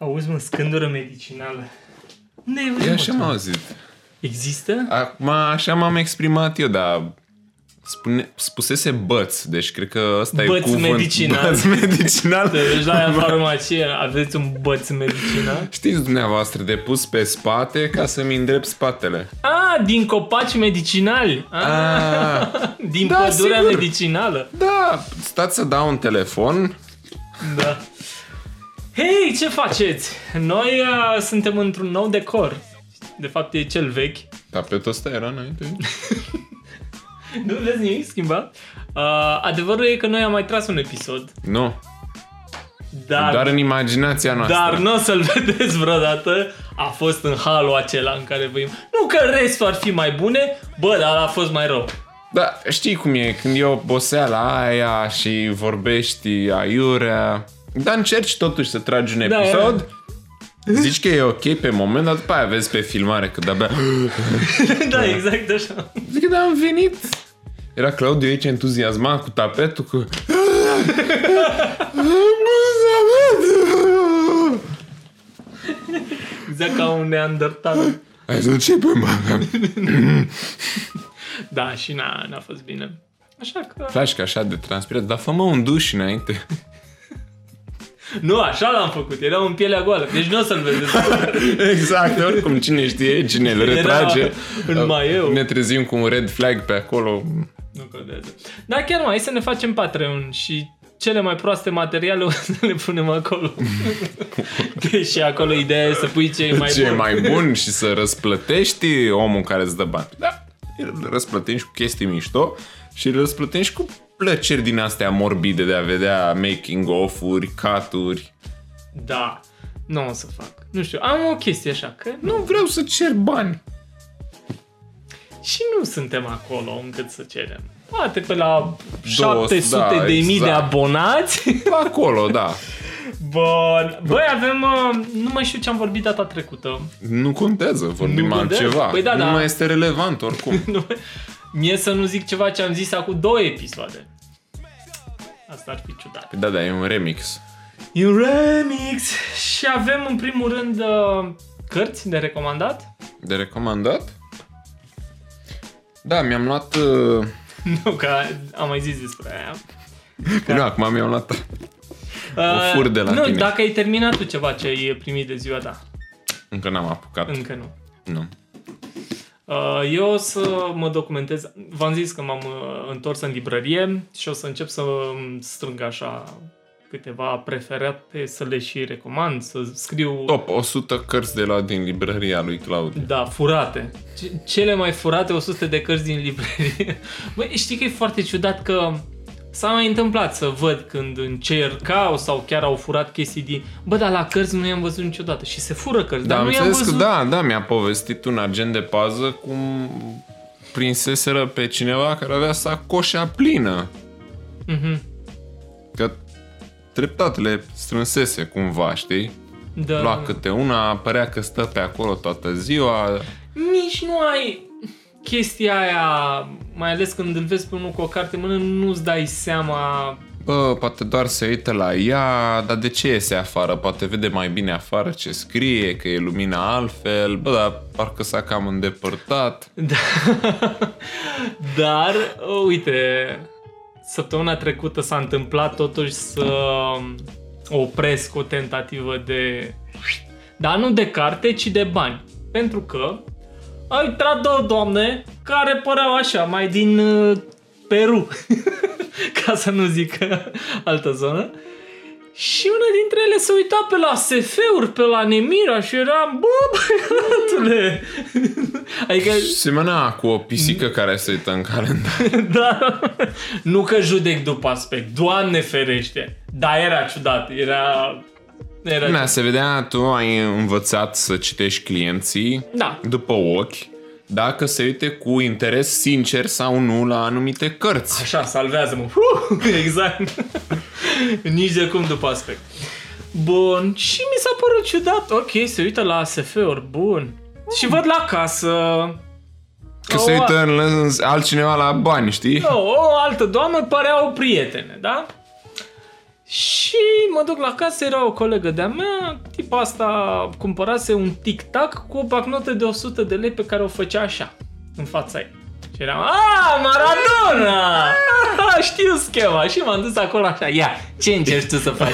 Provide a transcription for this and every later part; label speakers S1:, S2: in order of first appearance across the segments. S1: auzi, mă, scândură medicinală. Unde ai văzut,
S2: Eu
S1: mă,
S2: așa
S1: tu?
S2: m-am auzit.
S1: Există?
S2: Acum așa m-am exprimat eu, dar spune, spusese băț, deci cred că ăsta e
S1: Băț
S2: cuvânt.
S1: medicinal.
S2: Băț medicinal.
S1: Te duci Deci la ea în farmacie, aveți un băț medicinal?
S2: Știți dumneavoastră, de pus pe spate ca să-mi îndrept spatele.
S1: A, din copaci medicinali! A,
S2: Ah,
S1: din
S2: da,
S1: pădurea
S2: sigur.
S1: medicinală!
S2: da, stați să dau un telefon.
S1: Da. Hei, ce faceți? Noi uh, suntem într-un nou decor. De fapt, e cel vechi.
S2: Tapetul ăsta era înainte.
S1: Nu vezi nimic schimbat? Uh, adevărul e că noi am mai tras un episod.
S2: Nu,
S1: Dar,
S2: doar în imaginația noastră.
S1: dar nu o să-l vedeți vreodată. A fost în halul acela în care vă... Nu că restul ar fi mai bune, bă, dar a fost mai rău.
S2: Da, știi cum e, când e oboseala aia și vorbești aiurea, dar încerci totuși să tragi un
S1: Da,
S2: episod, zici că e ok pe moment, dar după aia vezi pe filmare că de-abia...
S1: da, exact așa.
S2: Zic că da, am venit! Era Claudiu aici entuziasmat cu tapetul, cu...
S1: Exact ca un neandertal.
S2: Hai să începem, mă.
S1: Da, și n-a, n-a fost bine. Așa că...
S2: Flașca așa de transpirat, dar fă-mă un duș înainte.
S1: Nu, așa l-am făcut. Era în pielea goală. Deci nu o să-l vedeți.
S2: Exact, oricum cine știe, cine îl retrage.
S1: în maieu.
S2: Ne trezim cu un red flag pe acolo.
S1: Nu contează. Dar chiar mai să ne facem Patreon și cele mai proaste materiale o să le punem acolo. Deși acolo ideea e să pui ce e mai
S2: ce
S1: bun.
S2: e mai bun și să răsplătești omul care îți dă bani. Da, îl răsplătești cu chestii mișto și îl răsplătești cu plăceri din astea morbide de a vedea making of-uri, cut-uri.
S1: Da. Nu o să fac. Nu știu, am o chestie așa, că nu,
S2: Nu vreau să cer bani.
S1: și nu suntem acolo încât să cerem. Poate pe la
S2: Două-
S1: 700
S2: da,
S1: de mii de
S2: exact.
S1: abonați.
S2: Acolo, da.
S1: Bun. Băi, avem... uh, Nu mai știu ce am vorbit data trecută.
S2: Nu contează, vorbim
S1: Nu contează.
S2: altceva.
S1: Păi da,
S2: nu
S1: da.
S2: mai este relevant oricum.
S1: Nu- Mie să nu zic ceva ce am zis acum două episoade. Asta ar fi ciudat.
S2: Păi da, da, e un remix.
S1: E un remix! Și avem în primul rând uh, cărți de recomandat.
S2: De recomandat? Da, mi-am luat... Uh...
S1: Nu, că am mai zis despre aia.
S2: Nu, da, acum mi-am luat...
S1: Uh,
S2: fur de la
S1: Nu,
S2: tine.
S1: dacă ai terminat tu ceva ce ai primit de ziua ta.
S2: Încă n-am apucat.
S1: Încă nu.
S2: Nu.
S1: Uh, Eu o să mă documentez. V-am zis că m-am uh, întors în librărie și o să încep să îmi strâng așa câteva preferate, să le și recomand, să scriu...
S2: Top 100 cărți de la din librăria lui Claudiu.
S1: Da, furate. Ce- Cele mai furate 100 de cărți din librărie. Băi, știi că e foarte ciudat că s-a mai întâmplat să văd când încercau sau chiar au furat chestii din... Bă, dar la cărți nu i-am văzut niciodată și se fură cărți,
S2: Da,
S1: dar
S2: am
S1: nu i-am
S2: înțeles
S1: văzut...
S2: că da, da, mi-a povestit un agent de pază cum prinseseră pe cineva care avea sacoșa plină.
S1: Mhm.
S2: Că treptat le strânsese cumva, știi?
S1: da.
S2: Lua câte una, părea că stă pe acolo toată ziua.
S1: Nici nu ai chestia aia, mai ales când îl vezi pe unul cu o carte în mână, nu-ți dai seama...
S2: Bă, poate doar se uită la ea, dar de ce iese afară? Poate vede mai bine afară ce scrie, că e lumina altfel. Bă, dar parcă s-a cam îndepărtat.
S1: Da. Dar, uite, săptămâna trecută s-a întâmplat totuși să opresc o tentativă de... Dar nu de carte, ci de bani. Pentru că au intrat două doamne care păreau așa, mai din uh, Peru, ca să nu zic uh, altă zonă. Și una dintre ele se uita pe la SF-uri, pe la Nemira și eram, bă, băiatule! adică,
S2: Semăna cu o
S1: Mm.
S2: pisică care se uită în calendar.
S1: da, nu că judec după aspect, doamne ferește! Dar era ciudat, era... era
S2: Da, se vedea, tu ai învățat să citești clienții
S1: Da,
S2: după ochi, dacă se uite cu interes sincer sau nu la anumite cărți.
S1: Așa, salvează-mă. Uh, exact. Nici de cum după aspect. Bun, și mi s-a părut ciudat. Ok, se uită la ASF-uri, bun. Și văd la casă
S2: Că se
S1: O,
S2: uită în, în altcineva la bani, știi?
S1: o, o altă doamnă părea o prietene, da? Și mă duc la casă, era o colegă de-a mea, tipa asta cumpărase un tic-tac cu o bancnotă de 100 de lei pe care o făcea așa, în fața ei. Și eram, a, Maradona! Ah, Știu schema și m-am dus acolo așa, ia, ce încerci tu să faci?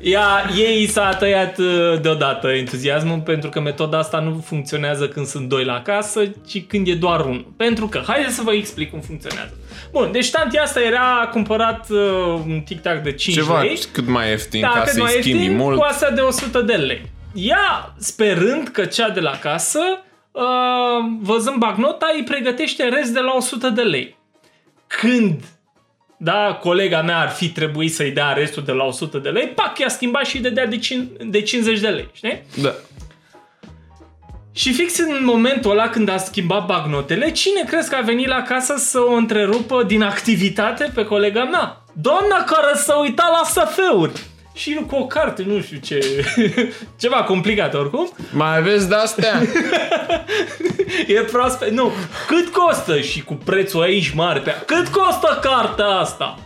S1: Ia, ei s-a tăiat uh, deodată entuziasmul pentru că metoda asta nu funcționează când sunt doi la casă, ci când e doar unul. Pentru că, haideți să vă explic cum funcționează. Bun, deci tantia asta era a cumpărat uh, un tic-tac de 5
S2: Ceva
S1: lei.
S2: cât mai ieftin
S1: Da,
S2: ca
S1: cât mai
S2: să-i schimbi
S1: ieftin,
S2: mult.
S1: cu asta de 100 de lei. Ea, sperând că cea de la casă, uh, văzând bagnota, îi pregătește rest de la 100 de lei. Când da, colega mea ar fi trebuit să-i dea restul de la 100 de lei, pac, i-a schimbat și îi dădea de, cin- de 50 de lei, știi?
S2: Da.
S1: Și fix în momentul ăla când a schimbat bagnotele, cine crezi că a venit la casă să o întrerupă din activitate pe colega mea? Doamna care s-a uitat la SF-uri! Și cu o carte, nu știu ce... Ceva complicat oricum.
S2: Mai aveți de-astea?
S1: E proaspăt. Nu, cât costă și cu prețul aici mare pe... Cât costă cartea asta?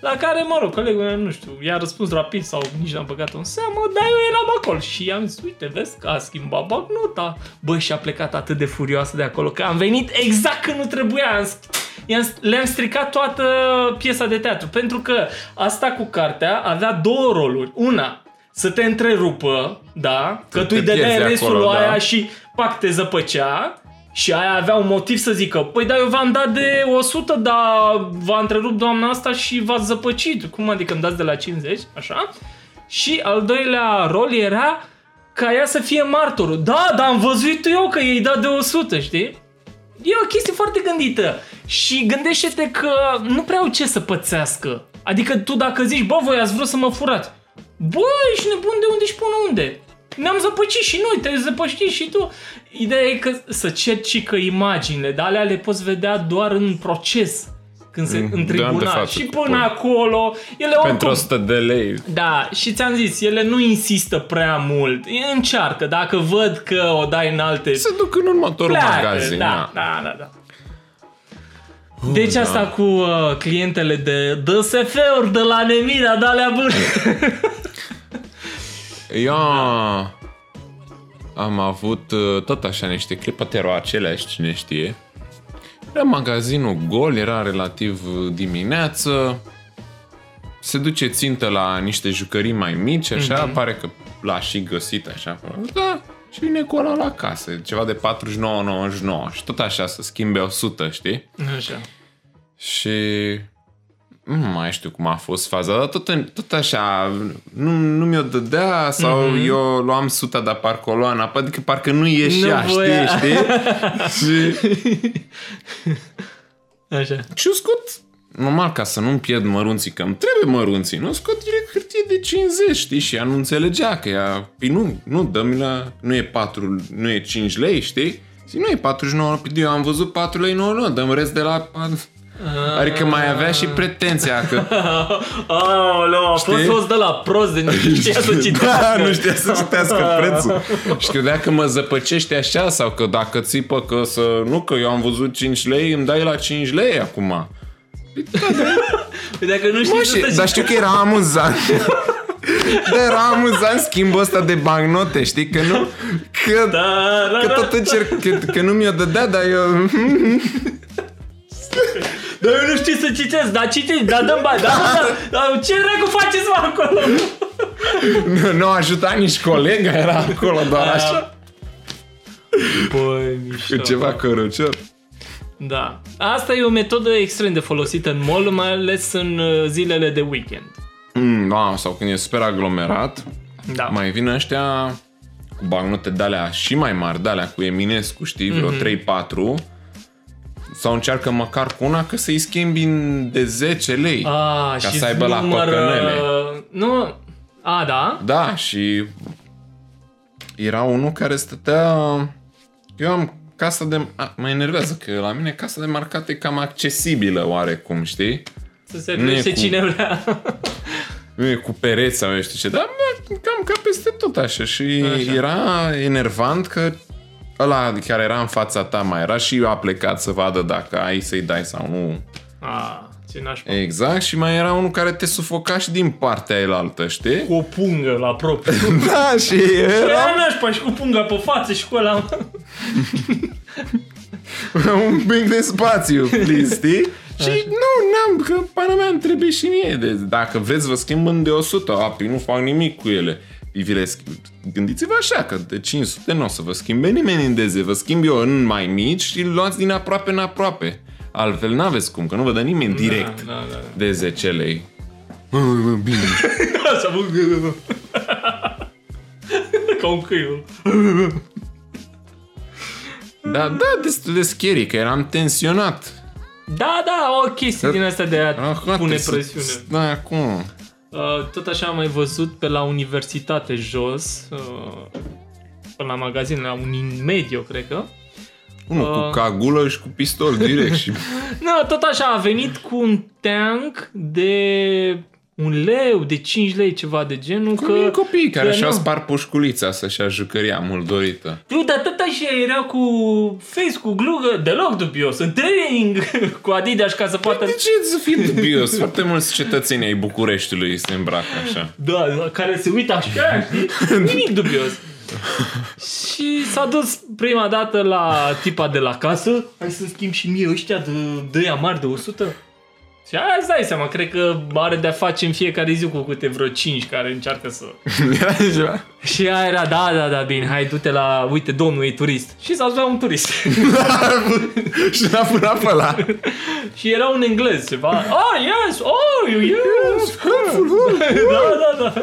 S1: La care, mă rog, colegul meu, nu știu, i-a răspuns rapid sau nici n-am băgat-o în seamă, dar eu eram acolo și i-am zis, uite, vezi că a schimbat bagnota. Bă, și a plecat atât de furioasă de acolo că am venit exact când nu trebuia. Am sch- i-am- Le-am stricat toată piesa de teatru, pentru că asta cu cartea avea două roluri. Una, să te întrerupă, da, că tu
S2: te
S1: îi dădeai
S2: pierzi
S1: restul
S2: acolo,
S1: lui aia
S2: da.
S1: și pac te zăpăcea și aia avea un motiv să zică Păi da, eu v-am dat de 100, dar v-a întrerupt doamna asta și v-ați zăpăcit Cum adică îmi dați de la 50, așa? Și al doilea rol era ca ea să fie martorul Da, dar am văzut eu că ei dat de 100, știi? E o chestie foarte gândită și gândește-te că nu prea au ce să pățească. Adică tu dacă zici, bă, voi ați vrut să mă furați. Bă, ești nebun de unde și până unde. Ne-am zăpăcit și noi, te-ai zăpăștit și tu. Ideea e că să cerci și că imaginile, dar alea le poți vedea doar în proces, când se,
S2: Mm,
S1: în
S2: de ani de
S1: tribunal.
S2: față,
S1: Și
S2: cu
S1: până
S2: pui.
S1: acolo, ele
S2: Pentru
S1: oricum
S2: 100 de lei.
S1: da, și ți-am zis, ele nu insistă prea mult. Încearcă, dacă văd că o dai în alte
S2: Se duc în următorul magazin.
S1: da, da, da, da. Deci asta cu uh, clientele de DSF-uri de la Nemira, de alea bune.
S2: Eu am avut uh, tot așa niște clipăte erau aceleași, cine știe. Era magazinul gol, era relativ uh, dimineață. Se duce țintă la niște jucării mai mici, așa,
S1: Mhm.
S2: mm-hmm. pare că l-a și găsit, așa. Da, și vine cu ăla la casă, ceva de 49,99 și tot așa să schimbe 100, știi?
S1: Așa.
S2: Și nu mai știu cum a fost faza, dar tot, în, tot așa, nu, nu mi-o dădea sau
S1: Mhm.
S2: mm-hmm. eu luam suta, dar par coloana, adică parcă nu ieșea,
S1: Nu
S2: știi,
S1: voia.
S2: știi? și,
S1: Așa.
S2: și eu scot, normal ca să nu-mi pierd mărunții, că îmi trebuie mărunții, nu scot direct hârtie de 50, știi? Și ea nu înțelegea că ea, păi nu, nu, dă-mi la, nu e 4, nu e 5 lei, știi? Zic, nu e 49, păi eu am văzut 4 lei 99, dăm rest de la...
S1: Ah.
S2: Adică mai avea și pretenția că
S1: Aoleu, a fost fost de la prost, de nu știa să citească.
S2: Da, nu știa să citească prețul. Și credea că mă zăpăcește așa sau că dacă țipă că să... Nu, că eu am văzut 5 lei, îmi dai la 5 lei acum.
S1: Păi Dacă nu știi să
S2: Bă, și,
S1: citească.
S2: dar știu că era amuzant. Dar era amuzant schimbul ăsta de bancnote, știi? Că nu... Că,
S1: Da, da,
S2: că
S1: da.
S2: tot încerc... Că, că nu mi-o dădea, dar eu...
S1: Dar eu nu știu să citesc, dar citești, dar dăm bani, dar da, da, ce dracu faceți mă acolo?
S2: Nu, nu ajuta nici colega, era acolo doar așa.
S1: Băi,
S2: Cu
S1: mișto.
S2: ceva cărucior.
S1: Da. Asta e o metodă extrem de folosită în mall, mai ales în uh, zilele de weekend.
S2: Mm, da, sau când e super aglomerat,
S1: Da.
S2: mai vin ăștia cu bagnote de alea și mai mari, de alea cu Eminescu, știi, vreo 3-4 sau încearcă măcar cu una că să-i schimbi în de 10 lei.
S1: A,
S2: Ca
S1: Ah, și
S2: să aibă la
S1: număr,
S2: păcănele.
S1: Nu, a, da?
S2: Da, și era unul care stătea... Eu am casa de... A, mă enervează că la mine casa de marcat e cam accesibilă oarecum, știi?
S1: Să se
S2: Nu e
S1: privește
S2: cu-
S1: cine vrea.
S2: Nu e cu pereți sau eu știu ce, dar bă, cam ca peste tot așa și
S1: Așa.
S2: așa. era enervant că ăla care era în fața ta mai era și eu a plecat să vadă dacă ai să-i dai sau nu.
S1: a, ce nașpa.
S2: Exact, și mai era unul care te sufoca și din partea ailaltă, știi?
S1: Cu o pungă la propriu. Păi,
S2: Da, și era
S1: Era nașpa și cu punga pe față și cu ăla.
S2: un pic de spațiu, please, știi? Și nu, n-am, că pana mea îmi trebuie și mie. De, dacă vreți, vă schimb în de 100 api, nu fac nimic cu ele. Vi le schimb. Gândiți-vă așa, că de 500 nu o să vă schimbe nimeni în deze, vă schimb eu în mai mici și luați din aproape în aproape. Altfel n-aveți cum, că nu vă dă nimeni direct
S1: Da, da, da.
S2: de 10 lei.
S1: Așa, bă. Ca un câine.
S2: Da, da, destul de scary, că eram tensionat.
S1: Da, da, o chestie din asta de a
S2: Rahat,
S1: pune
S2: să-
S1: presiune.
S2: Da, acum.
S1: Uh, tot așa am mai văzut pe la universitate jos, uh, până la magazin, la un mediu, cred că.
S2: Unul
S1: Ah.
S2: cu cagulă și cu pistol direct și
S1: No, Da, tot așa, a venit cu un tank de un leu, de 5 lei, ceva de genul.
S2: Că
S1: că...
S2: copii care
S1: că
S2: și-au
S1: nu.
S2: spart pușculița să și-a jucăria mult dorită.
S1: Nu, dar tot așa era cu face, cu glugă, deloc dubios, în training cu Adidas ca să poată...
S2: De ce să fii dubios? Foarte mulți cetățeni ai Bucureștiului se îmbracă așa.
S1: Da, la care se uită așa, știi? Nimic dubios. și s-a dus prima dată la tipa de la casă, hai să schimb și mie ăștia de, de aia mari de 100. Și aia îți dai seama, cred că are de-a face în fiecare zi cu câte vreo 5 care încearcă să...
S2: Era ceva?
S1: Și aia era, da, da, da, bine, hai, du-te la, uite, domnul e turist. Și s-a dus la un turist.
S2: și l-a furat pe ăla.
S1: Și era un englez ceva. Oh, yes! Oh, you yes! da, da, da.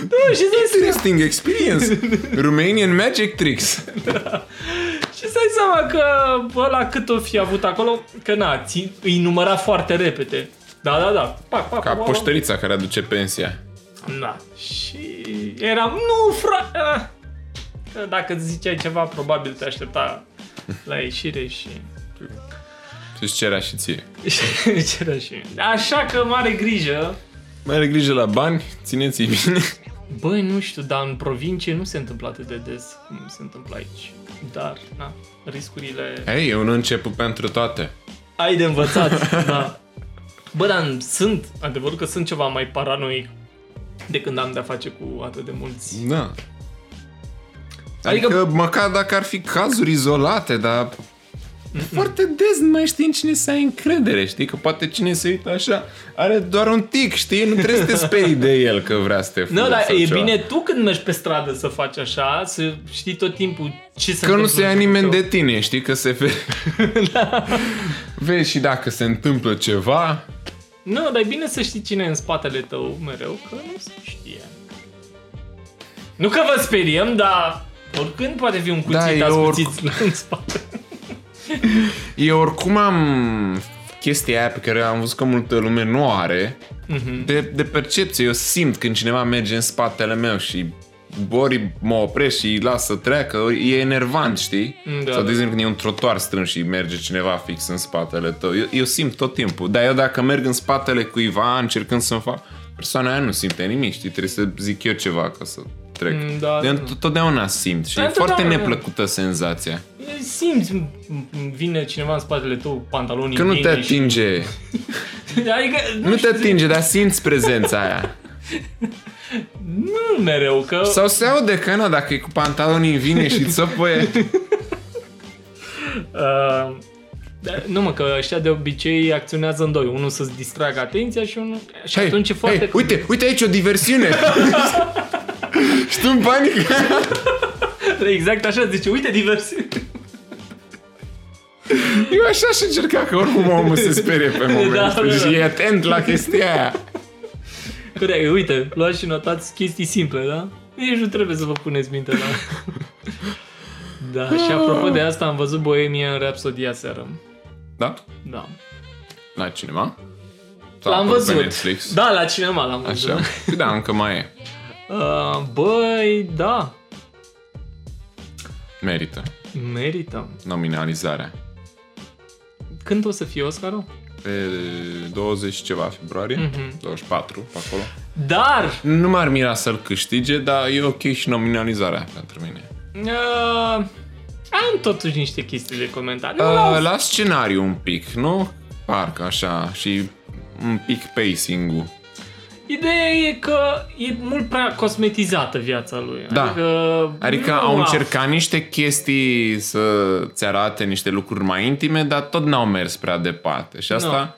S1: da, și să
S2: Interesting experience. Romanian magic tricks.
S1: și să seama că ăla cât o fi avut acolo, că na, ți, îi număra foarte repede. Da, da, da. Pac, pac,
S2: Ca
S1: pac,
S2: poștărița care aduce pensia.
S1: pac. Da. Și eram, nu, frate! Că dacă îți ziceai ceva, probabil te aștepta la ieșire și...
S2: Și cerea și ție.
S1: și cerea și... Așa că mare grijă
S2: Mai are grijă la bani, țineți-i bine.
S1: Băi, nu știu, dar în provincie nu se întâmplă atât de des cum se întâmplă aici. Dar, na, riscurile...
S2: Hei, e un început pentru toate.
S1: Ai de învățat, da. Bă, dar sunt, adevărul că sunt ceva mai paranoic de când am de-a face cu atât de mulți.
S2: Da. Adică,
S1: Adică-
S2: adică măcar dacă ar fi cazuri izolate, dar foarte des nu mai știi în cine să ai încredere, știi? Că poate cine se uită așa are doar un tic, știi? Nu trebuie să te sperii de el că vrea să te fure
S1: Nu, dar
S2: sau
S1: e
S2: ceva.
S1: bine tu când mergi pe stradă să faci așa, să știi tot timpul ce se
S2: Că nu
S1: întâmplă
S2: se ia
S1: în jurul
S2: nimeni
S1: tău.
S2: de tine, știi? Că se fe... Vezi și dacă se întâmplă ceva,
S1: Nu, dar e bine să știi cine e în spatele tău mereu, că nu se știe. Nu că vă speriem, dar oricând poate fi un
S2: Da,
S1: cuțit
S2: e
S1: da, ascuțit
S2: oricum.
S1: în spate.
S2: eu oricum am chestia aia pe care am văzut că multă lume nu o are,
S1: Mhm.
S2: de, de percepție. Eu simt când cineva merge în spatele meu și ori mă opresc și îi las să treacă, ori e enervant, știi?
S1: Da,
S2: Sau, de
S1: da.
S2: exemplu, când e un trotuar strâns și merge cineva fix în spatele tău. Eu, eu simt tot timpul. Dar eu dacă merg în spatele cuiva, încercând să-mi fac... Persoana aia nu simte nimic, știi? Trebuie să zic eu ceva ca să trec.
S1: Mm, da,
S2: eu
S1: da.
S2: totdeauna simt și
S1: Da,
S2: e foarte
S1: întotdeauna.
S2: neplăcută senzația.
S1: Simți, m- m- vine cineva în spatele tău, pantalonii
S2: Că nu te
S1: negri și-
S2: atinge,
S1: Adică,
S2: nu te atinge, dar simți prezența aia.
S1: nu mereu, că...
S2: Sau se aude că na, dacă e cu pantalonii vine și țăpăie.
S1: Uh, dar nu mă, că ăștia de obicei acționează în doi. Unul să-ți distragă atenția și unul... Și
S2: Hei,
S1: atunci e foarte...
S2: hei, uite, uite aici o diversiune. Știu în panică.
S1: Exact așa zice, uite divers.
S2: Eu așa și încerca că oricum omul se sperie pe moment.
S1: Da, da, da.
S2: și e atent la chestia aia.
S1: Corect, uite, luați și notați chestii simple, da? Nici nu trebuie să vă puneți minte la... da, și apropo de asta am văzut Bohemian Rhapsody aseară.
S2: Da?
S1: Da.
S2: La cinema? Sau
S1: L-am
S2: acolo Da, pe
S1: văzut.
S2: Netflix?
S1: Da, la cinema l-am văzut.
S2: Așa. Păi Da, încă mai e.
S1: Uh, băi, da,
S2: Merită.
S1: merită.
S2: Nominalizarea.
S1: Când o să fie Oscarul?
S2: Pe 20 ceva februarie,
S1: Mhm.
S2: 24, pe acolo.
S1: Dar,
S2: Nu m-ar mira să-l câștige, dar e ok și nominalizarea pentru mine.
S1: uh, a, am totuși niște chestii de comentat. Nu,
S2: Uh,
S1: uh,
S2: la scenariu un pic, nu? Parcă așa și un pic pacing-ul.
S1: Ideea e că e mult prea cosmetizată viața lui.
S2: Da.
S1: Adică,
S2: Adică
S1: nu
S2: au
S1: a-
S2: încercat niște chestii să-ți arate niște lucruri mai intime, dar tot n-au mers prea departe. Și asta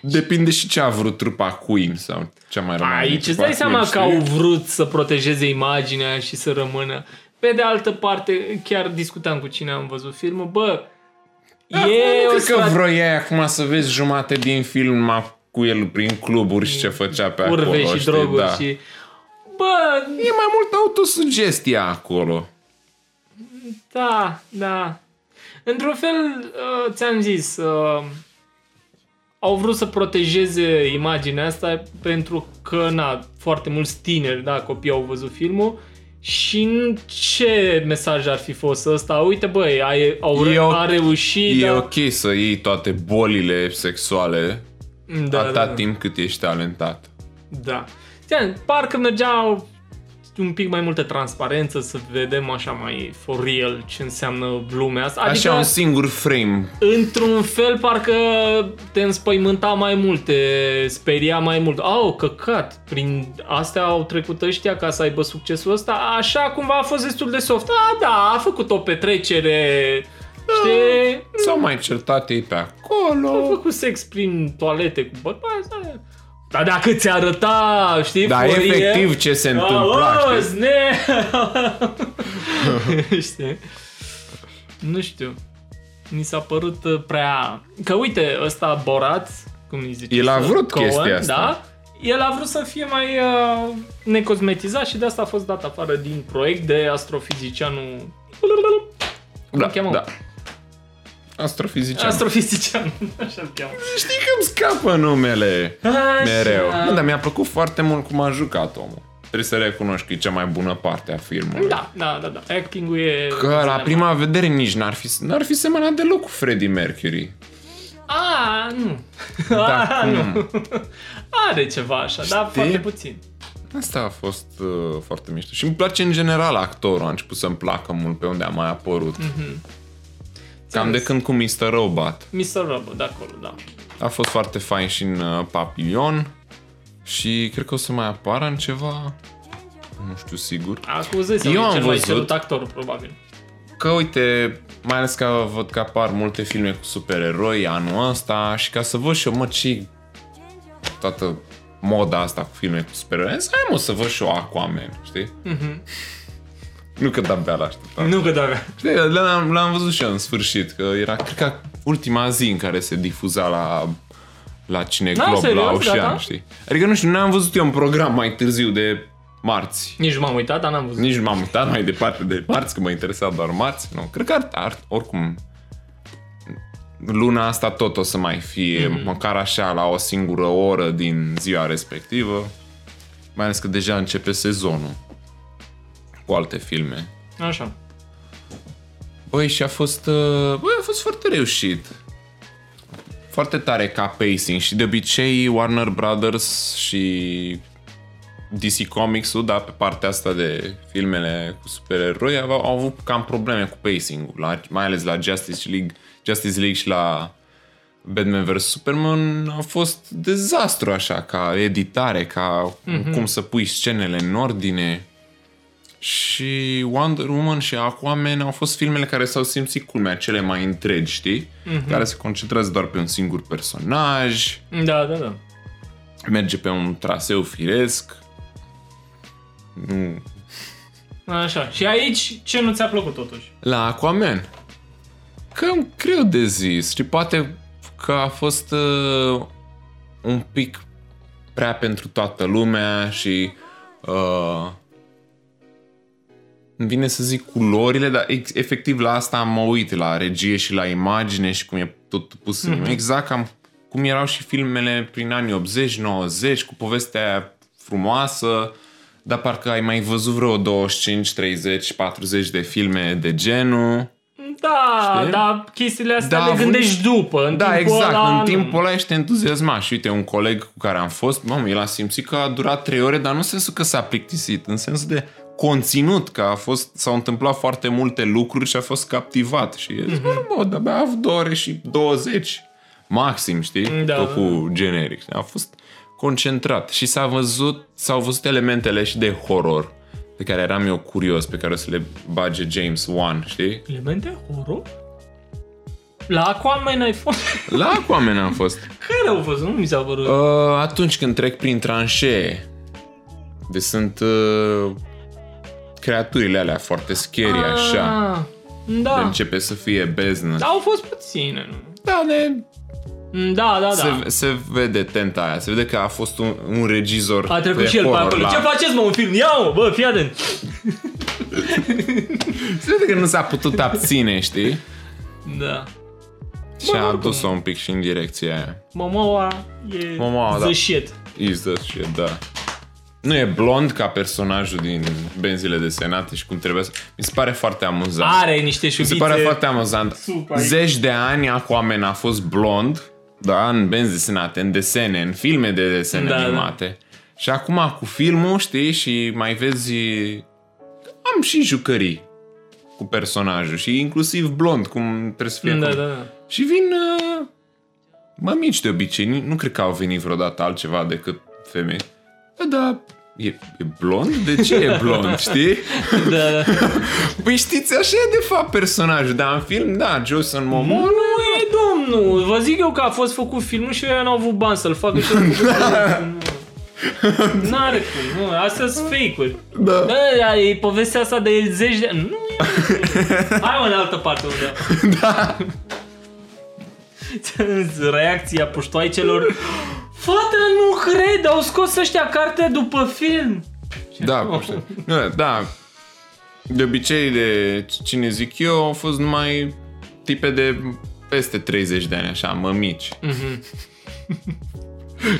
S2: depinde și ce a vrut trupa Queen sau ce a mai rămas. din
S1: Aici îți
S2: trupa
S1: dai seama
S2: Queen,
S1: că au
S2: știi?
S1: vrut să protejeze imaginea și să rămână. Pe de altă parte, chiar discutam cu cine am văzut filmul, bă, e
S2: nu
S1: o
S2: cred că
S1: strat-
S2: vroiai acum să vezi jumate din film a- cu el prin cluburi și ce făcea pe
S1: curve
S2: acolo,
S1: și
S2: știi?
S1: droguri
S2: da.
S1: și... Bă,
S2: E mai mult autosugestia acolo.
S1: da, da. Într-un fel, uh, ți-am zis, uh, au vrut să protejeze imaginea asta pentru că, na, foarte mulți tineri, da, copii au văzut filmul și n- ce mesaj ar fi fost ăsta? Uite, băi, a, au,
S2: E o-
S1: a reușit,
S2: E
S1: da,
S2: ok să iei toate bolile sexuale da,
S1: da,
S2: atâta
S1: da,
S2: da. timp cât ești talentat.
S1: da. Ți-am, parcă mergeau un pic mai multă transparență să vedem așa mai for real ce înseamnă lumea asta.
S2: Adică... Așa un singur frame
S1: într-un fel parcă te înspăimânta mai mult, te speria mai mult. Au, căcat, prin astea au trecut ăștia ca să aibă succesul ăsta, așa cumva a fost destul de soft. A, da, a făcut o petrecere, știi?
S2: S-au mai certat ei pe
S1: A
S2: acolo.
S1: făcut sex prin toalete cu bărbați, da. Dar dacă ți arăta, știi,
S2: Dar
S1: furie,
S2: Da, efectiv ce se întâmpla,
S1: Oh,
S2: știi?
S1: zne- știi? Nu știu. Mi s-a părut uh, prea... Că uite, ăsta Borat, cum îi zice?
S2: El a vrut
S1: Cohen,
S2: chestia asta.
S1: Da? El a vrut să fie mai uh, necosmetizat și de asta a fost dat afară din proiect de astrofizicianul...
S2: Da,
S1: Îl cheamă?
S2: da. Astrofizician. Astro...
S1: Astrofizician, așa-l cheamă.
S2: Știi că îmi scapă numele
S1: Așa.
S2: mereu. Nu, dar mi-a plăcut foarte mult cum a jucat omul. Trebuie să recunoști că e cea mai bună parte a filmului.
S1: Da, da, da, da. Acting-ul e...
S2: Că la prima vedere nici n-ar fi, n-ar fi semănat deloc cu Freddie Mercury.
S1: A, nu.
S2: Da,
S1: A,
S2: cum?
S1: nu. Are ceva așa, dar
S2: Știi?
S1: foarte puțin.
S2: Asta a fost uh, foarte mișto. Și îmi place în general actorul. A început să-mi placă mult pe unde a mai apărut. Cam de
S1: Înțeles.
S2: când cu Mr. Robot.
S1: Mr. Robot, de acolo, da.
S2: A fost foarte fain și în uh, Papillon și cred că o să mai apară în ceva, nu știu sigur.
S1: Acuzezi
S2: Eu am
S1: cel mai
S2: văzut-
S1: cerut actor, probabil.
S2: Că uite, mai ales că văd că apar multe filme cu supereroi anul ăsta și ca să văd și eu, mă, ce toată moda asta cu filme cu supereroi, am zis, hai mă să văd și eu Aquaman, știi?
S1: Mhm.
S2: Nu că de-abia l-așteptam.
S1: Nu că da.
S2: Știi, L-am, l-am văzut și eu în sfârșit, că era, cred că, ultima zi în care se difuza la, la Cineclub,
S1: serios?
S2: la Ocean,
S1: Gata?
S2: știi? Adică, nu știu, n-am văzut eu un program mai târziu de marți.
S1: Nici nu m-am uitat, dar n-am văzut.
S2: Nici nu m-am uitat mai departe de marți, că mă interesa doar marți. Nu, cred că ar, ar, oricum, luna asta tot o să mai fie, mm-hmm. măcar așa, la o singură oră din ziua respectivă. Mai ales că deja începe sezonul cu alte filme.
S1: Așa.
S2: Băi, și a fost, uh, băi, a fost foarte reușit. Foarte tare ca pacing și de obicei Warner Brothers și DC Comics-ul, dar pe partea asta de filmele cu supereroi aveau, au avut cam probleme cu pacing-ul, la, mai ales la Justice League, Justice League și la Batman vs. Superman a fost dezastru așa, ca editare, ca mm-hmm. cum să pui scenele în ordine. Și Wonder Woman și Aquaman au fost filmele care s-au simțit culmea cele mai întregi, știi? Care se concentrează doar pe un singur personaj,
S1: Da, da, da.
S2: merge pe un traseu firesc.
S1: Așa. Și aici, ce nu ți-a plăcut totuși?
S2: La Aquaman. Cam greu de zis și poate că a fost uh, un pic prea pentru toată lumea și uh, îmi vine să zic culorile, dar ex- efectiv la asta mă uit, la regie și la imagine și cum e tot pus în mm-hmm. exact cam cum erau și filmele prin anii 80-90 cu povestea aia frumoasă, dar parcă ai mai văzut vreo 25, 30, 40 de filme de genul.
S1: Da,
S2: Știi?
S1: dar chestiile astea
S2: Da,
S1: le
S2: avut-
S1: gândești după. În
S2: Da,
S1: timpul
S2: exact,
S1: ăla,
S2: în
S1: nu.
S2: timpul ăla ești entuziasmat și uite, un coleg cu care am fost, mamă, el a simțit că a durat 3 ore, dar nu în sensul că s-a plictisit, în sensul de conținut, că a fost, s-au întâmplat foarte multe lucruri și a fost captivat. Și e
S1: Mhm.
S2: zis, mm-hmm. bă, de-abia a avut 2 ore și 20 maxim, știi?
S1: Da.
S2: Tot cu generic. A fost concentrat și s-a văzut, s-au văzut elementele și de horror pe care eram eu curios, pe care o să le bage James Wan, știi?
S1: Elemente horror? La Aquaman ai fost?
S2: La Aquaman am fost.
S1: Care au fost? Nu mi s-a părut. Uh.
S2: Uh, atunci când trec prin tranșee. Deci sunt uh, creaturile alea foarte scary,
S1: Ah.
S2: așa. Deci-
S1: Da.
S2: De începe să fie beznă. Da,
S1: Au fost puține, nu?
S2: da ne,
S1: Mm, Da, da, da.
S2: da. Se, se vede tenta aia. Se vede că a fost un, un regizor
S1: A trecut
S2: pe
S1: și el pe
S2: horror
S1: acolo.
S2: la-
S1: Ce faceți, mă, un film? Ia, mă, bă, fii atent.
S2: Se vede că nu s-a putut abține, știi?
S1: Da.
S2: și a
S1: oricum.
S2: dus-o un pic și în direcția aia.
S1: Momoa e
S2: Momoa, da.
S1: the shit.
S2: Is that shit, da. Nu e blond ca personajul din benzile desenate și cum trebuie să... Mi se pare foarte amuzant.
S1: Are niște
S2: Mi se
S1: șubițe.
S2: pare foarte amuzant.
S1: Super.
S2: Zeci de ani Aquaman a fost blond, da, în benzi desenate, în desene, în filme de desene
S1: Da, da.
S2: animate. Și acum cu filmul, știi, și mai vezi... Am și jucării cu personajul și inclusiv blond, cum trebuie să fie.
S1: Da,
S2: acum.
S1: da, da.
S2: Și vin uh, mămici de obicei. Nu- Nu cred că au venit vreodată altceva decât femei. Da, da, e, e blond? De ce e blond, știi?
S1: da, da.
S2: Păi știți, așa e de fapt personajul, dar în film, da, Jason Momoa,
S1: Nu e, domnul. Vă zic eu că a fost făcut filmul și eu n-au avut bani să-l facă și da. N-are cum, nu. Astea sunt fake-uri.
S2: Da.
S1: Da, da, e povestea asta de zeci de ani. Nu e. Hai mă în altă parte unde.
S2: Da.
S1: Da. Reacția puștoaicelor. Fată, nu cred, au scos ăștia carte după film.
S2: da, poște. Nu, da. De obicei, de cine zic eu, au fost numai tipe de peste 30 de ani, așa, mămici.
S1: Mhm.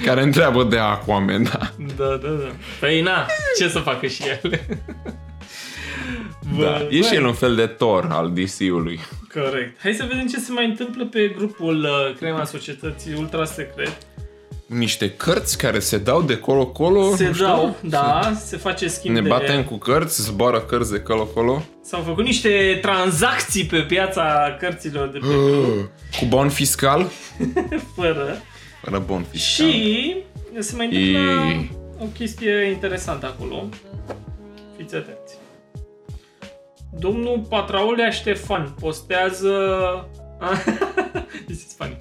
S2: Care întreabă de Aquaman, da.
S1: Da, da, da. Păi na, ce să facă și ele? Bă,
S2: da. E și el un fel de Thor al DC-ului.
S1: Corect. Hai să vedem ce se mai întâmplă pe grupul uh, Crema Societății Ultra Secret.
S2: Niște cărți care se dau de colo-colo.
S1: Se
S2: nu știu.
S1: dau, da, se face schimb
S2: Ne
S1: de...
S2: batem cu cărți, zboară cărți de colo-colo.
S1: S-au făcut niște tranzacții pe piața cărților de pe
S2: Mm. Cu bon fiscal?
S1: fără.
S2: Fără bon fiscal.
S1: Și se mai întâmplă
S2: Ei.
S1: o chestie interesantă acolo. Fiți atenți. Domnul Patraolea Ștefan postează... This is funny.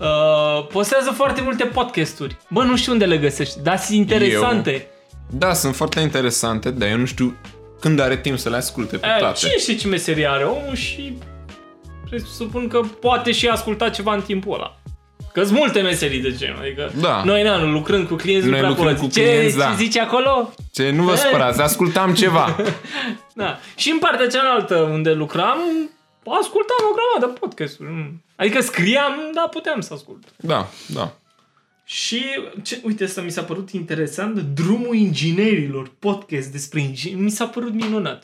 S1: Uh, postează foarte multe podcasturi. Bă, nu știu unde le găsești, dar sunt interesante.
S2: Da, sunt foarte interesante, dar eu nu știu când are timp să le asculte pe
S1: E,
S2: toate.
S1: Cine știe Eh, ce meserie are omul și presupun că poate și asculta ceva în timpul ăla. că sunt multe meserii de genul, adică
S2: Da.
S1: noi na, nu, lucrând cu clienți,
S2: Noi
S1: nu prea
S2: lucrând
S1: poți.
S2: cu
S1: ce,
S2: clienți,
S1: ce
S2: da.
S1: zici acolo?
S2: Ce, nu vă spărați, ascultam ceva.
S1: Da. Și în partea cealaltă unde lucram, ascultam o grămadă podcasturi. Mm. Adică scriam, dar puteam să ascult.
S2: Da, da.
S1: Și, ce, uite, asta mi s-a părut interesant, drumul inginerilor, podcast despre inginer, mi s-a părut minunat.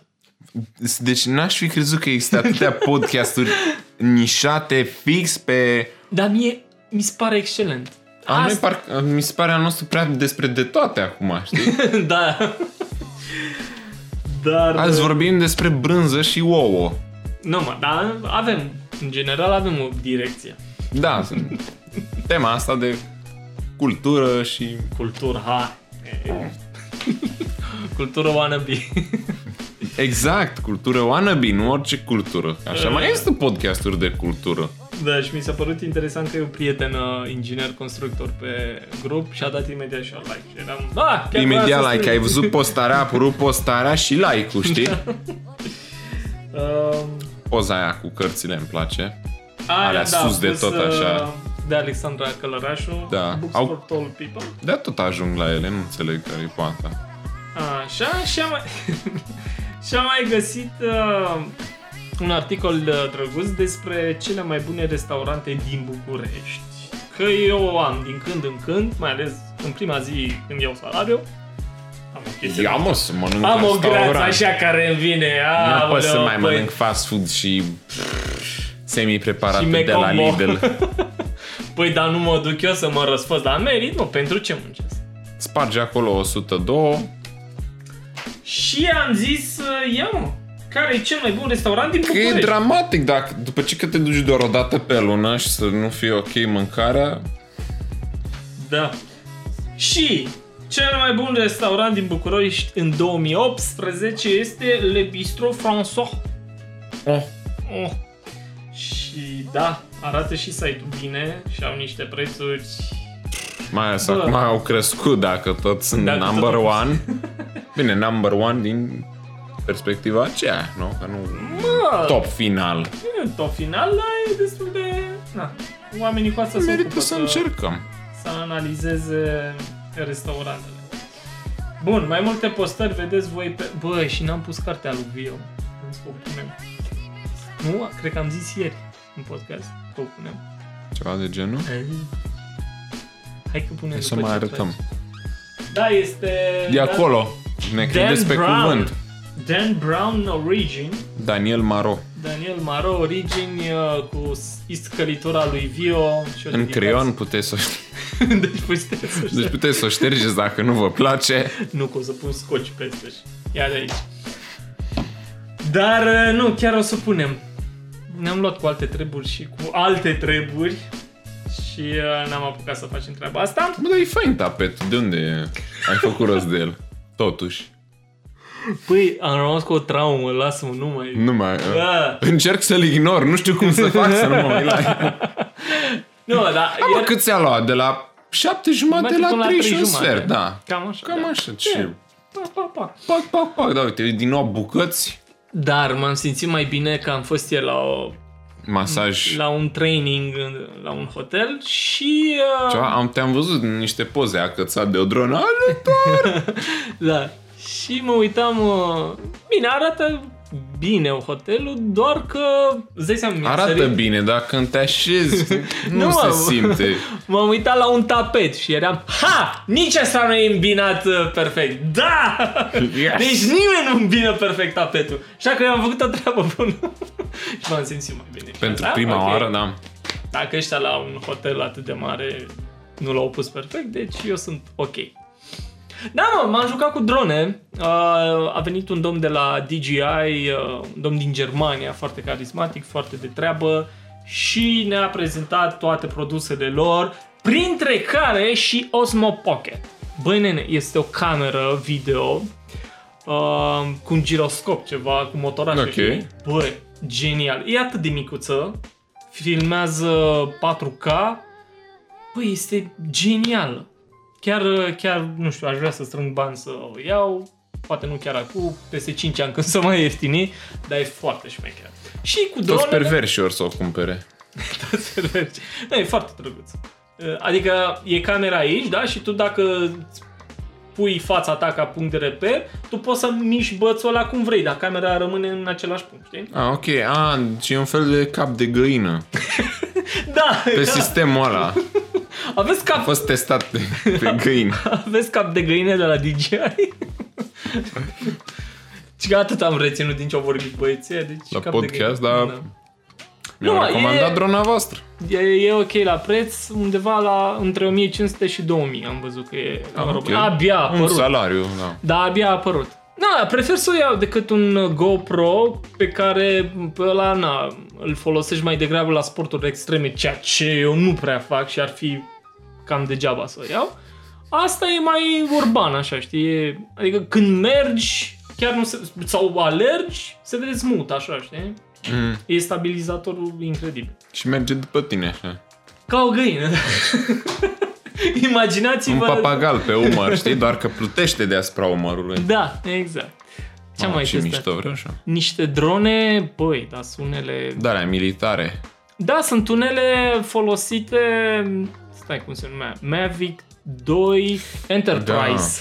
S2: Deci n-aș fi crezut că există atâtea podcasturi nișate fix pe...
S1: Dar mie mi se pare excelent.
S2: A, noi par... Mi se pare al nostru prea despre de toate acum, știi?
S1: da. Dar...
S2: Azi vorbim despre brânză și ouă.
S1: Nu mă, dar avem, în general avem o direcție.
S2: Da, sunt tema asta de cultură și...
S1: Cultură, ha. Cultură wannabe.
S2: Exact, cultură wannabe, nu orice cultură. Așa mai este podcasturi de cultură.
S1: da, și mi s-a părut interesant că e o prietenă inginer constructor pe grup și a dat imediat și un like. Și eram, da, chiar vreau să
S2: Imediat like,
S1: scriu."
S2: ai văzut postarea, a apărut postarea și like-ul, știi?
S1: Um,
S2: Poza aia cu cărzile îmi place.
S1: aia,
S2: Alea
S1: da,
S2: sus de
S1: pus,
S2: tot,
S1: uh,
S2: așa.
S1: De Alexandra Călărașu,
S2: Da.
S1: Books
S2: Au-
S1: for Tall People.
S2: de tot ajung la ele, nu înțeleg care e poanta.
S1: Așa, și am mai, și am mai găsit uh, un articol uh, drăguț despre cele mai bune restaurante din București. Că eu am din când în când, mai ales în prima zi când iau salariu, am o chestie.
S2: Ia mă să mănânc
S1: am o
S2: restaurant.
S1: greață așa care îmi vine.
S2: Nu
S1: aoleu,
S2: pot să mai
S1: păi,
S2: mănânc fast food și pff, semi-preparate
S1: Și
S2: de la
S1: Mecombo.
S2: Lidl.
S1: Păi, dar nu mă duc eu să mă răsfăț, dar merit, nu, pentru ce muncesc?
S2: Sparge acolo 102,
S1: Și am zis, uh, ia mă, care e cel mai bun restaurant din
S2: Că e
S1: București?
S2: dramatic dacă, după ce că te duci doar o dată pe lună și să nu fie ok mâncarea,
S1: Da. Și cel mai bun restaurant din București în 2018 este Le Bistro François.
S2: oh,
S1: Oh. Și da, arată și site-ul bine și au niște prețuri.
S2: mai ales
S1: Bă.
S2: acum au crescut dacă tot sunt
S1: Da. Dacă tot
S2: number
S1: au
S2: one. Bine, number one din perspectiva aceea, nu? Că nu
S1: Bă,
S2: top final.
S1: Ah, e un top final, dar e destul de... Na, oamenii cu asta se
S2: Merită
S1: ocupă
S2: să încercăm.
S1: să analizeze restaurantele. Bun, mai multe postări vedeți voi pe... Bă, și n-am pus cartea lui Vio în scopul meu. Nu, cred că am zis ieri în podcast că o punem.
S2: Ceva de genul?
S1: Hai că punem
S2: Hai să
S1: după
S2: mai
S1: ce
S2: arătăm.
S1: faci. Da, este...
S2: De acolo. Ne credeți pe
S1: Brown.
S2: cuvânt.
S1: Dan Brown Origin,
S2: Daniel Maro.
S1: Daniel Maro Origin uh, cu s- iscălitura lui Vio și o
S2: În
S1: dedicație.
S2: creion puteți să,
S1: deci puteți să
S2: deci puteți să o ștergeți dacă nu vă place.
S1: Nu, că o să pun scoci peste și ia de aici. Dar uh, nu, chiar o să punem. Ne-am luat cu alte treburi și cu alte treburi și uh, n-am apucat să facem treaba asta.
S2: Bă, dar e fain tapet. De unde ai făcut rost de el? Totuși.
S1: Păi, am rămas cu o traumă, lasă-mă, nu mai...
S2: Nu mai...
S1: Da.
S2: Încerc să-l ignor. Nu știu cum să fac să nu mă uit la el.
S1: Nu, dar...
S2: Hai, Bă, cât ți-a luat? De la 7
S1: Jumate
S2: jumate
S1: până
S2: la
S1: la
S2: 3
S1: trei
S2: și un
S1: jumate.
S2: sfert, da.
S1: Cam așa.
S2: Cam
S1: da.
S2: așa. Ce?
S1: E. Pa, pa, pa.
S2: Pac, pac, pac. Da, uite, din nou bucăți.
S1: Dar m-am simțit mai bine că am fost ieri la, o,
S2: Masaj.
S1: la un training în- la un hotel și... Uh,
S2: Ceva? Am, te-am văzut în niște poze a cățat de o dronă. Alu!
S1: Da. Și mă uitam... uh, Bine, arată bine hotelul, doar că... Îți dai seama, mi-a
S2: Arată
S1: sărit.
S2: bine, dar când te așezi, nu,
S1: Nu,
S2: se
S1: mă.
S2: simte.
S1: M-am uitat la un tapet și eram... Ha! Nici asta nu e îmbinat uh, perfect. Da!
S2: Yes!
S1: Deci nimeni nu îmbină perfect tapetul. Așa că eu am făcut o treabă bună. și m-am simțit mai bine.
S2: Pentru
S1: Da?
S2: prima
S1: Ok.
S2: oară, da.
S1: Dacă ăștia la un hotel atât de mare nu l-au pus perfect, deci eu sunt ok. Da, mă, m-am jucat cu drone. Uh, a venit un domn de la DJI, uh, un domn din Germania, foarte carismatic, foarte de treabă și ne-a prezentat toate produsele lor, printre care și Osmo Pocket. Băi, nene, este o cameră video uh, cu un giroscop ceva, cu motorașe.
S2: Ok.
S1: știi? Băi, genial. E atât de micuță, filmează 4K, băi, Păi, este genial. Chiar, uh, chiar, nu știu, aș vrea să strâng bani să o iau, poate nu chiar acum, peste 5 ani când să mai ieftini, dar e foarte șmecher. Și cu
S2: Toți
S1: dronele...
S2: perversi ori să o cumpere.
S1: Să mergi. Da, e foarte drăguț. Adică e camera aici, da? Și tu dacă îți pui fața ta ca punct de reper, tu poți să miști bățul ăla cum vrei, dar camera rămâne în același punct, știi?
S2: Ah, ok. Ah, și e un fel de cap de găină.
S1: Da,
S2: Pe
S1: da.
S2: sistemul ăla.
S1: Aveți,
S2: A
S1: cap,
S2: fost testat pe, pe găini.
S1: aveți cap de găină de la DJI? Și că atât am reținut din ce au vorbit băieții ăia, deci
S2: La
S1: cap
S2: podcast,
S1: de găină.
S2: dar-
S1: Da.
S2: Mi-au
S1: mă,
S2: recomandat
S1: e-
S2: drona voastră.
S1: E, da. e ok la preț, undeva la între 1500 și 2000 am văzut că e
S2: Ah,
S1: mă rog,
S2: ok.
S1: abia a
S2: Un
S1: apărut.
S2: salariu, da.
S1: Da, abia a apărut. Na, prefer să o iau decât un GoPro pe care pe ăla, na, îl folosești mai degrabă la sporturi extreme, ceea ce eu nu prea fac și ar fi cam degeaba să o iau. Asta e mai urban, așa, știi? Adică când mergi, chiar nu se, sau alergi, se vede smut, așa, știi?
S2: Mm.
S1: E stabilizatorul incredibil.
S2: Și merge după tine așa.
S1: Ca o găină.
S2: Un
S1: Imaginați-vă...
S2: papagal pe umăr, știi? Doar că plutește deasupra umărului.
S1: Da, exact. Ce am
S2: Ah,
S1: mai
S2: Ce
S1: testat?
S2: mișto, vreau așa.
S1: niște drone, băi, da, sunt unele...
S2: Da, la militare.
S1: Da, sunt unele folosite, stai cum se numea, Mavic 2 Enterprise.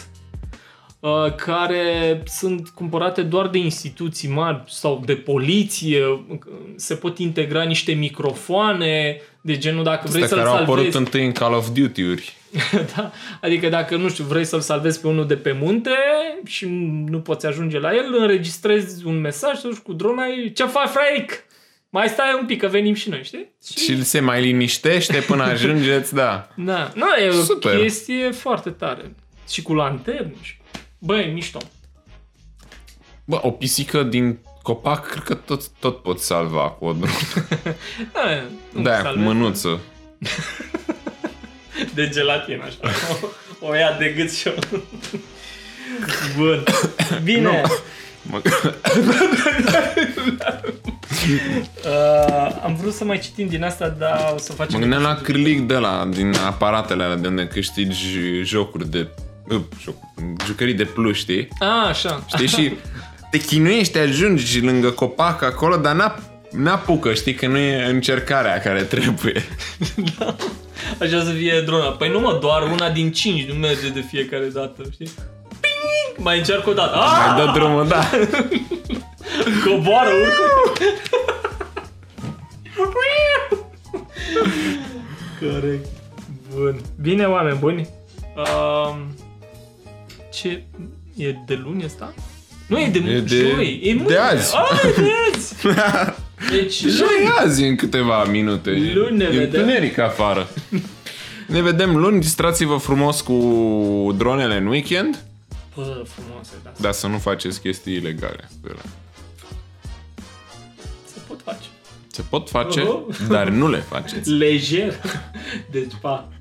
S2: Da.
S1: uh, care sunt cumpărate doar de instituții mari sau de poliție, se pot integra niște microfoane de genul dacă vrei să-l
S2: Astea care au apărut
S1: salvezi.
S2: întâi în Call of Duty-uri.
S1: da? Adică dacă, nu știu, vrei să-l salvezi pe unul de pe munte și nu poți ajunge la el, înregistrezi un mesaj, te duci cu drona, e, ce faci, Frank? Mai stai un pic, că venim și noi, știi?
S2: Și se mai liniștește până ajungeți, da.
S1: Da, nu, e o
S2: Super.
S1: chestie foarte tare. Și cu lanterne și... Băi, mișto.
S2: Bă, o pisică din copac, cred că tot, tot poți salva cu o dronă.
S1: Da, nu
S2: Da, cu
S1: salvezi.
S2: mânuță.
S1: de gelatină, așa. O, o ia de gât și o... Bun. Bine.
S2: Mă...
S1: Uh, am vrut să mai citim din asta, dar o să
S2: Mă
S1: facem...
S2: gândeam la cârlig de la din aparatele alea de unde câștigi jocuri de... Uh, joc, jucării de pluș, știi?
S1: A, așa.
S2: Știi? Și te chinuiești, ajungi lângă copac acolo, dar n-a, n-apucă, știi? Că nu e încercarea care trebuie.
S1: Așa să fie drona. Păi nu mă, doar una din cinci nu merge de fiecare dată, știi? Ping! Mai încearcă o dată.
S2: Mai
S1: Ah!
S2: dă drumul, da.
S1: Coboară, urcă! Corect. Bun. Bine, oameni buni. Um, ce... E de luni asta? Nu, e de
S2: E de-
S1: joi. E
S2: de
S1: mâine.
S2: azi.
S1: Ah, e de azi. Deci,
S2: Joi azi în câteva minute.
S1: Luni ne
S2: e
S1: vedem.
S2: întuneric afară. ne vedem luni, distrați-vă frumos cu dronele în weekend,
S1: Bă, frumoase, da.
S2: dar să nu faceți chestii ilegale. cu ele.
S1: Se pot face.
S2: Se pot face,
S1: Uh-huh.
S2: dar nu le faceți.
S1: Lejer. Deci, pa.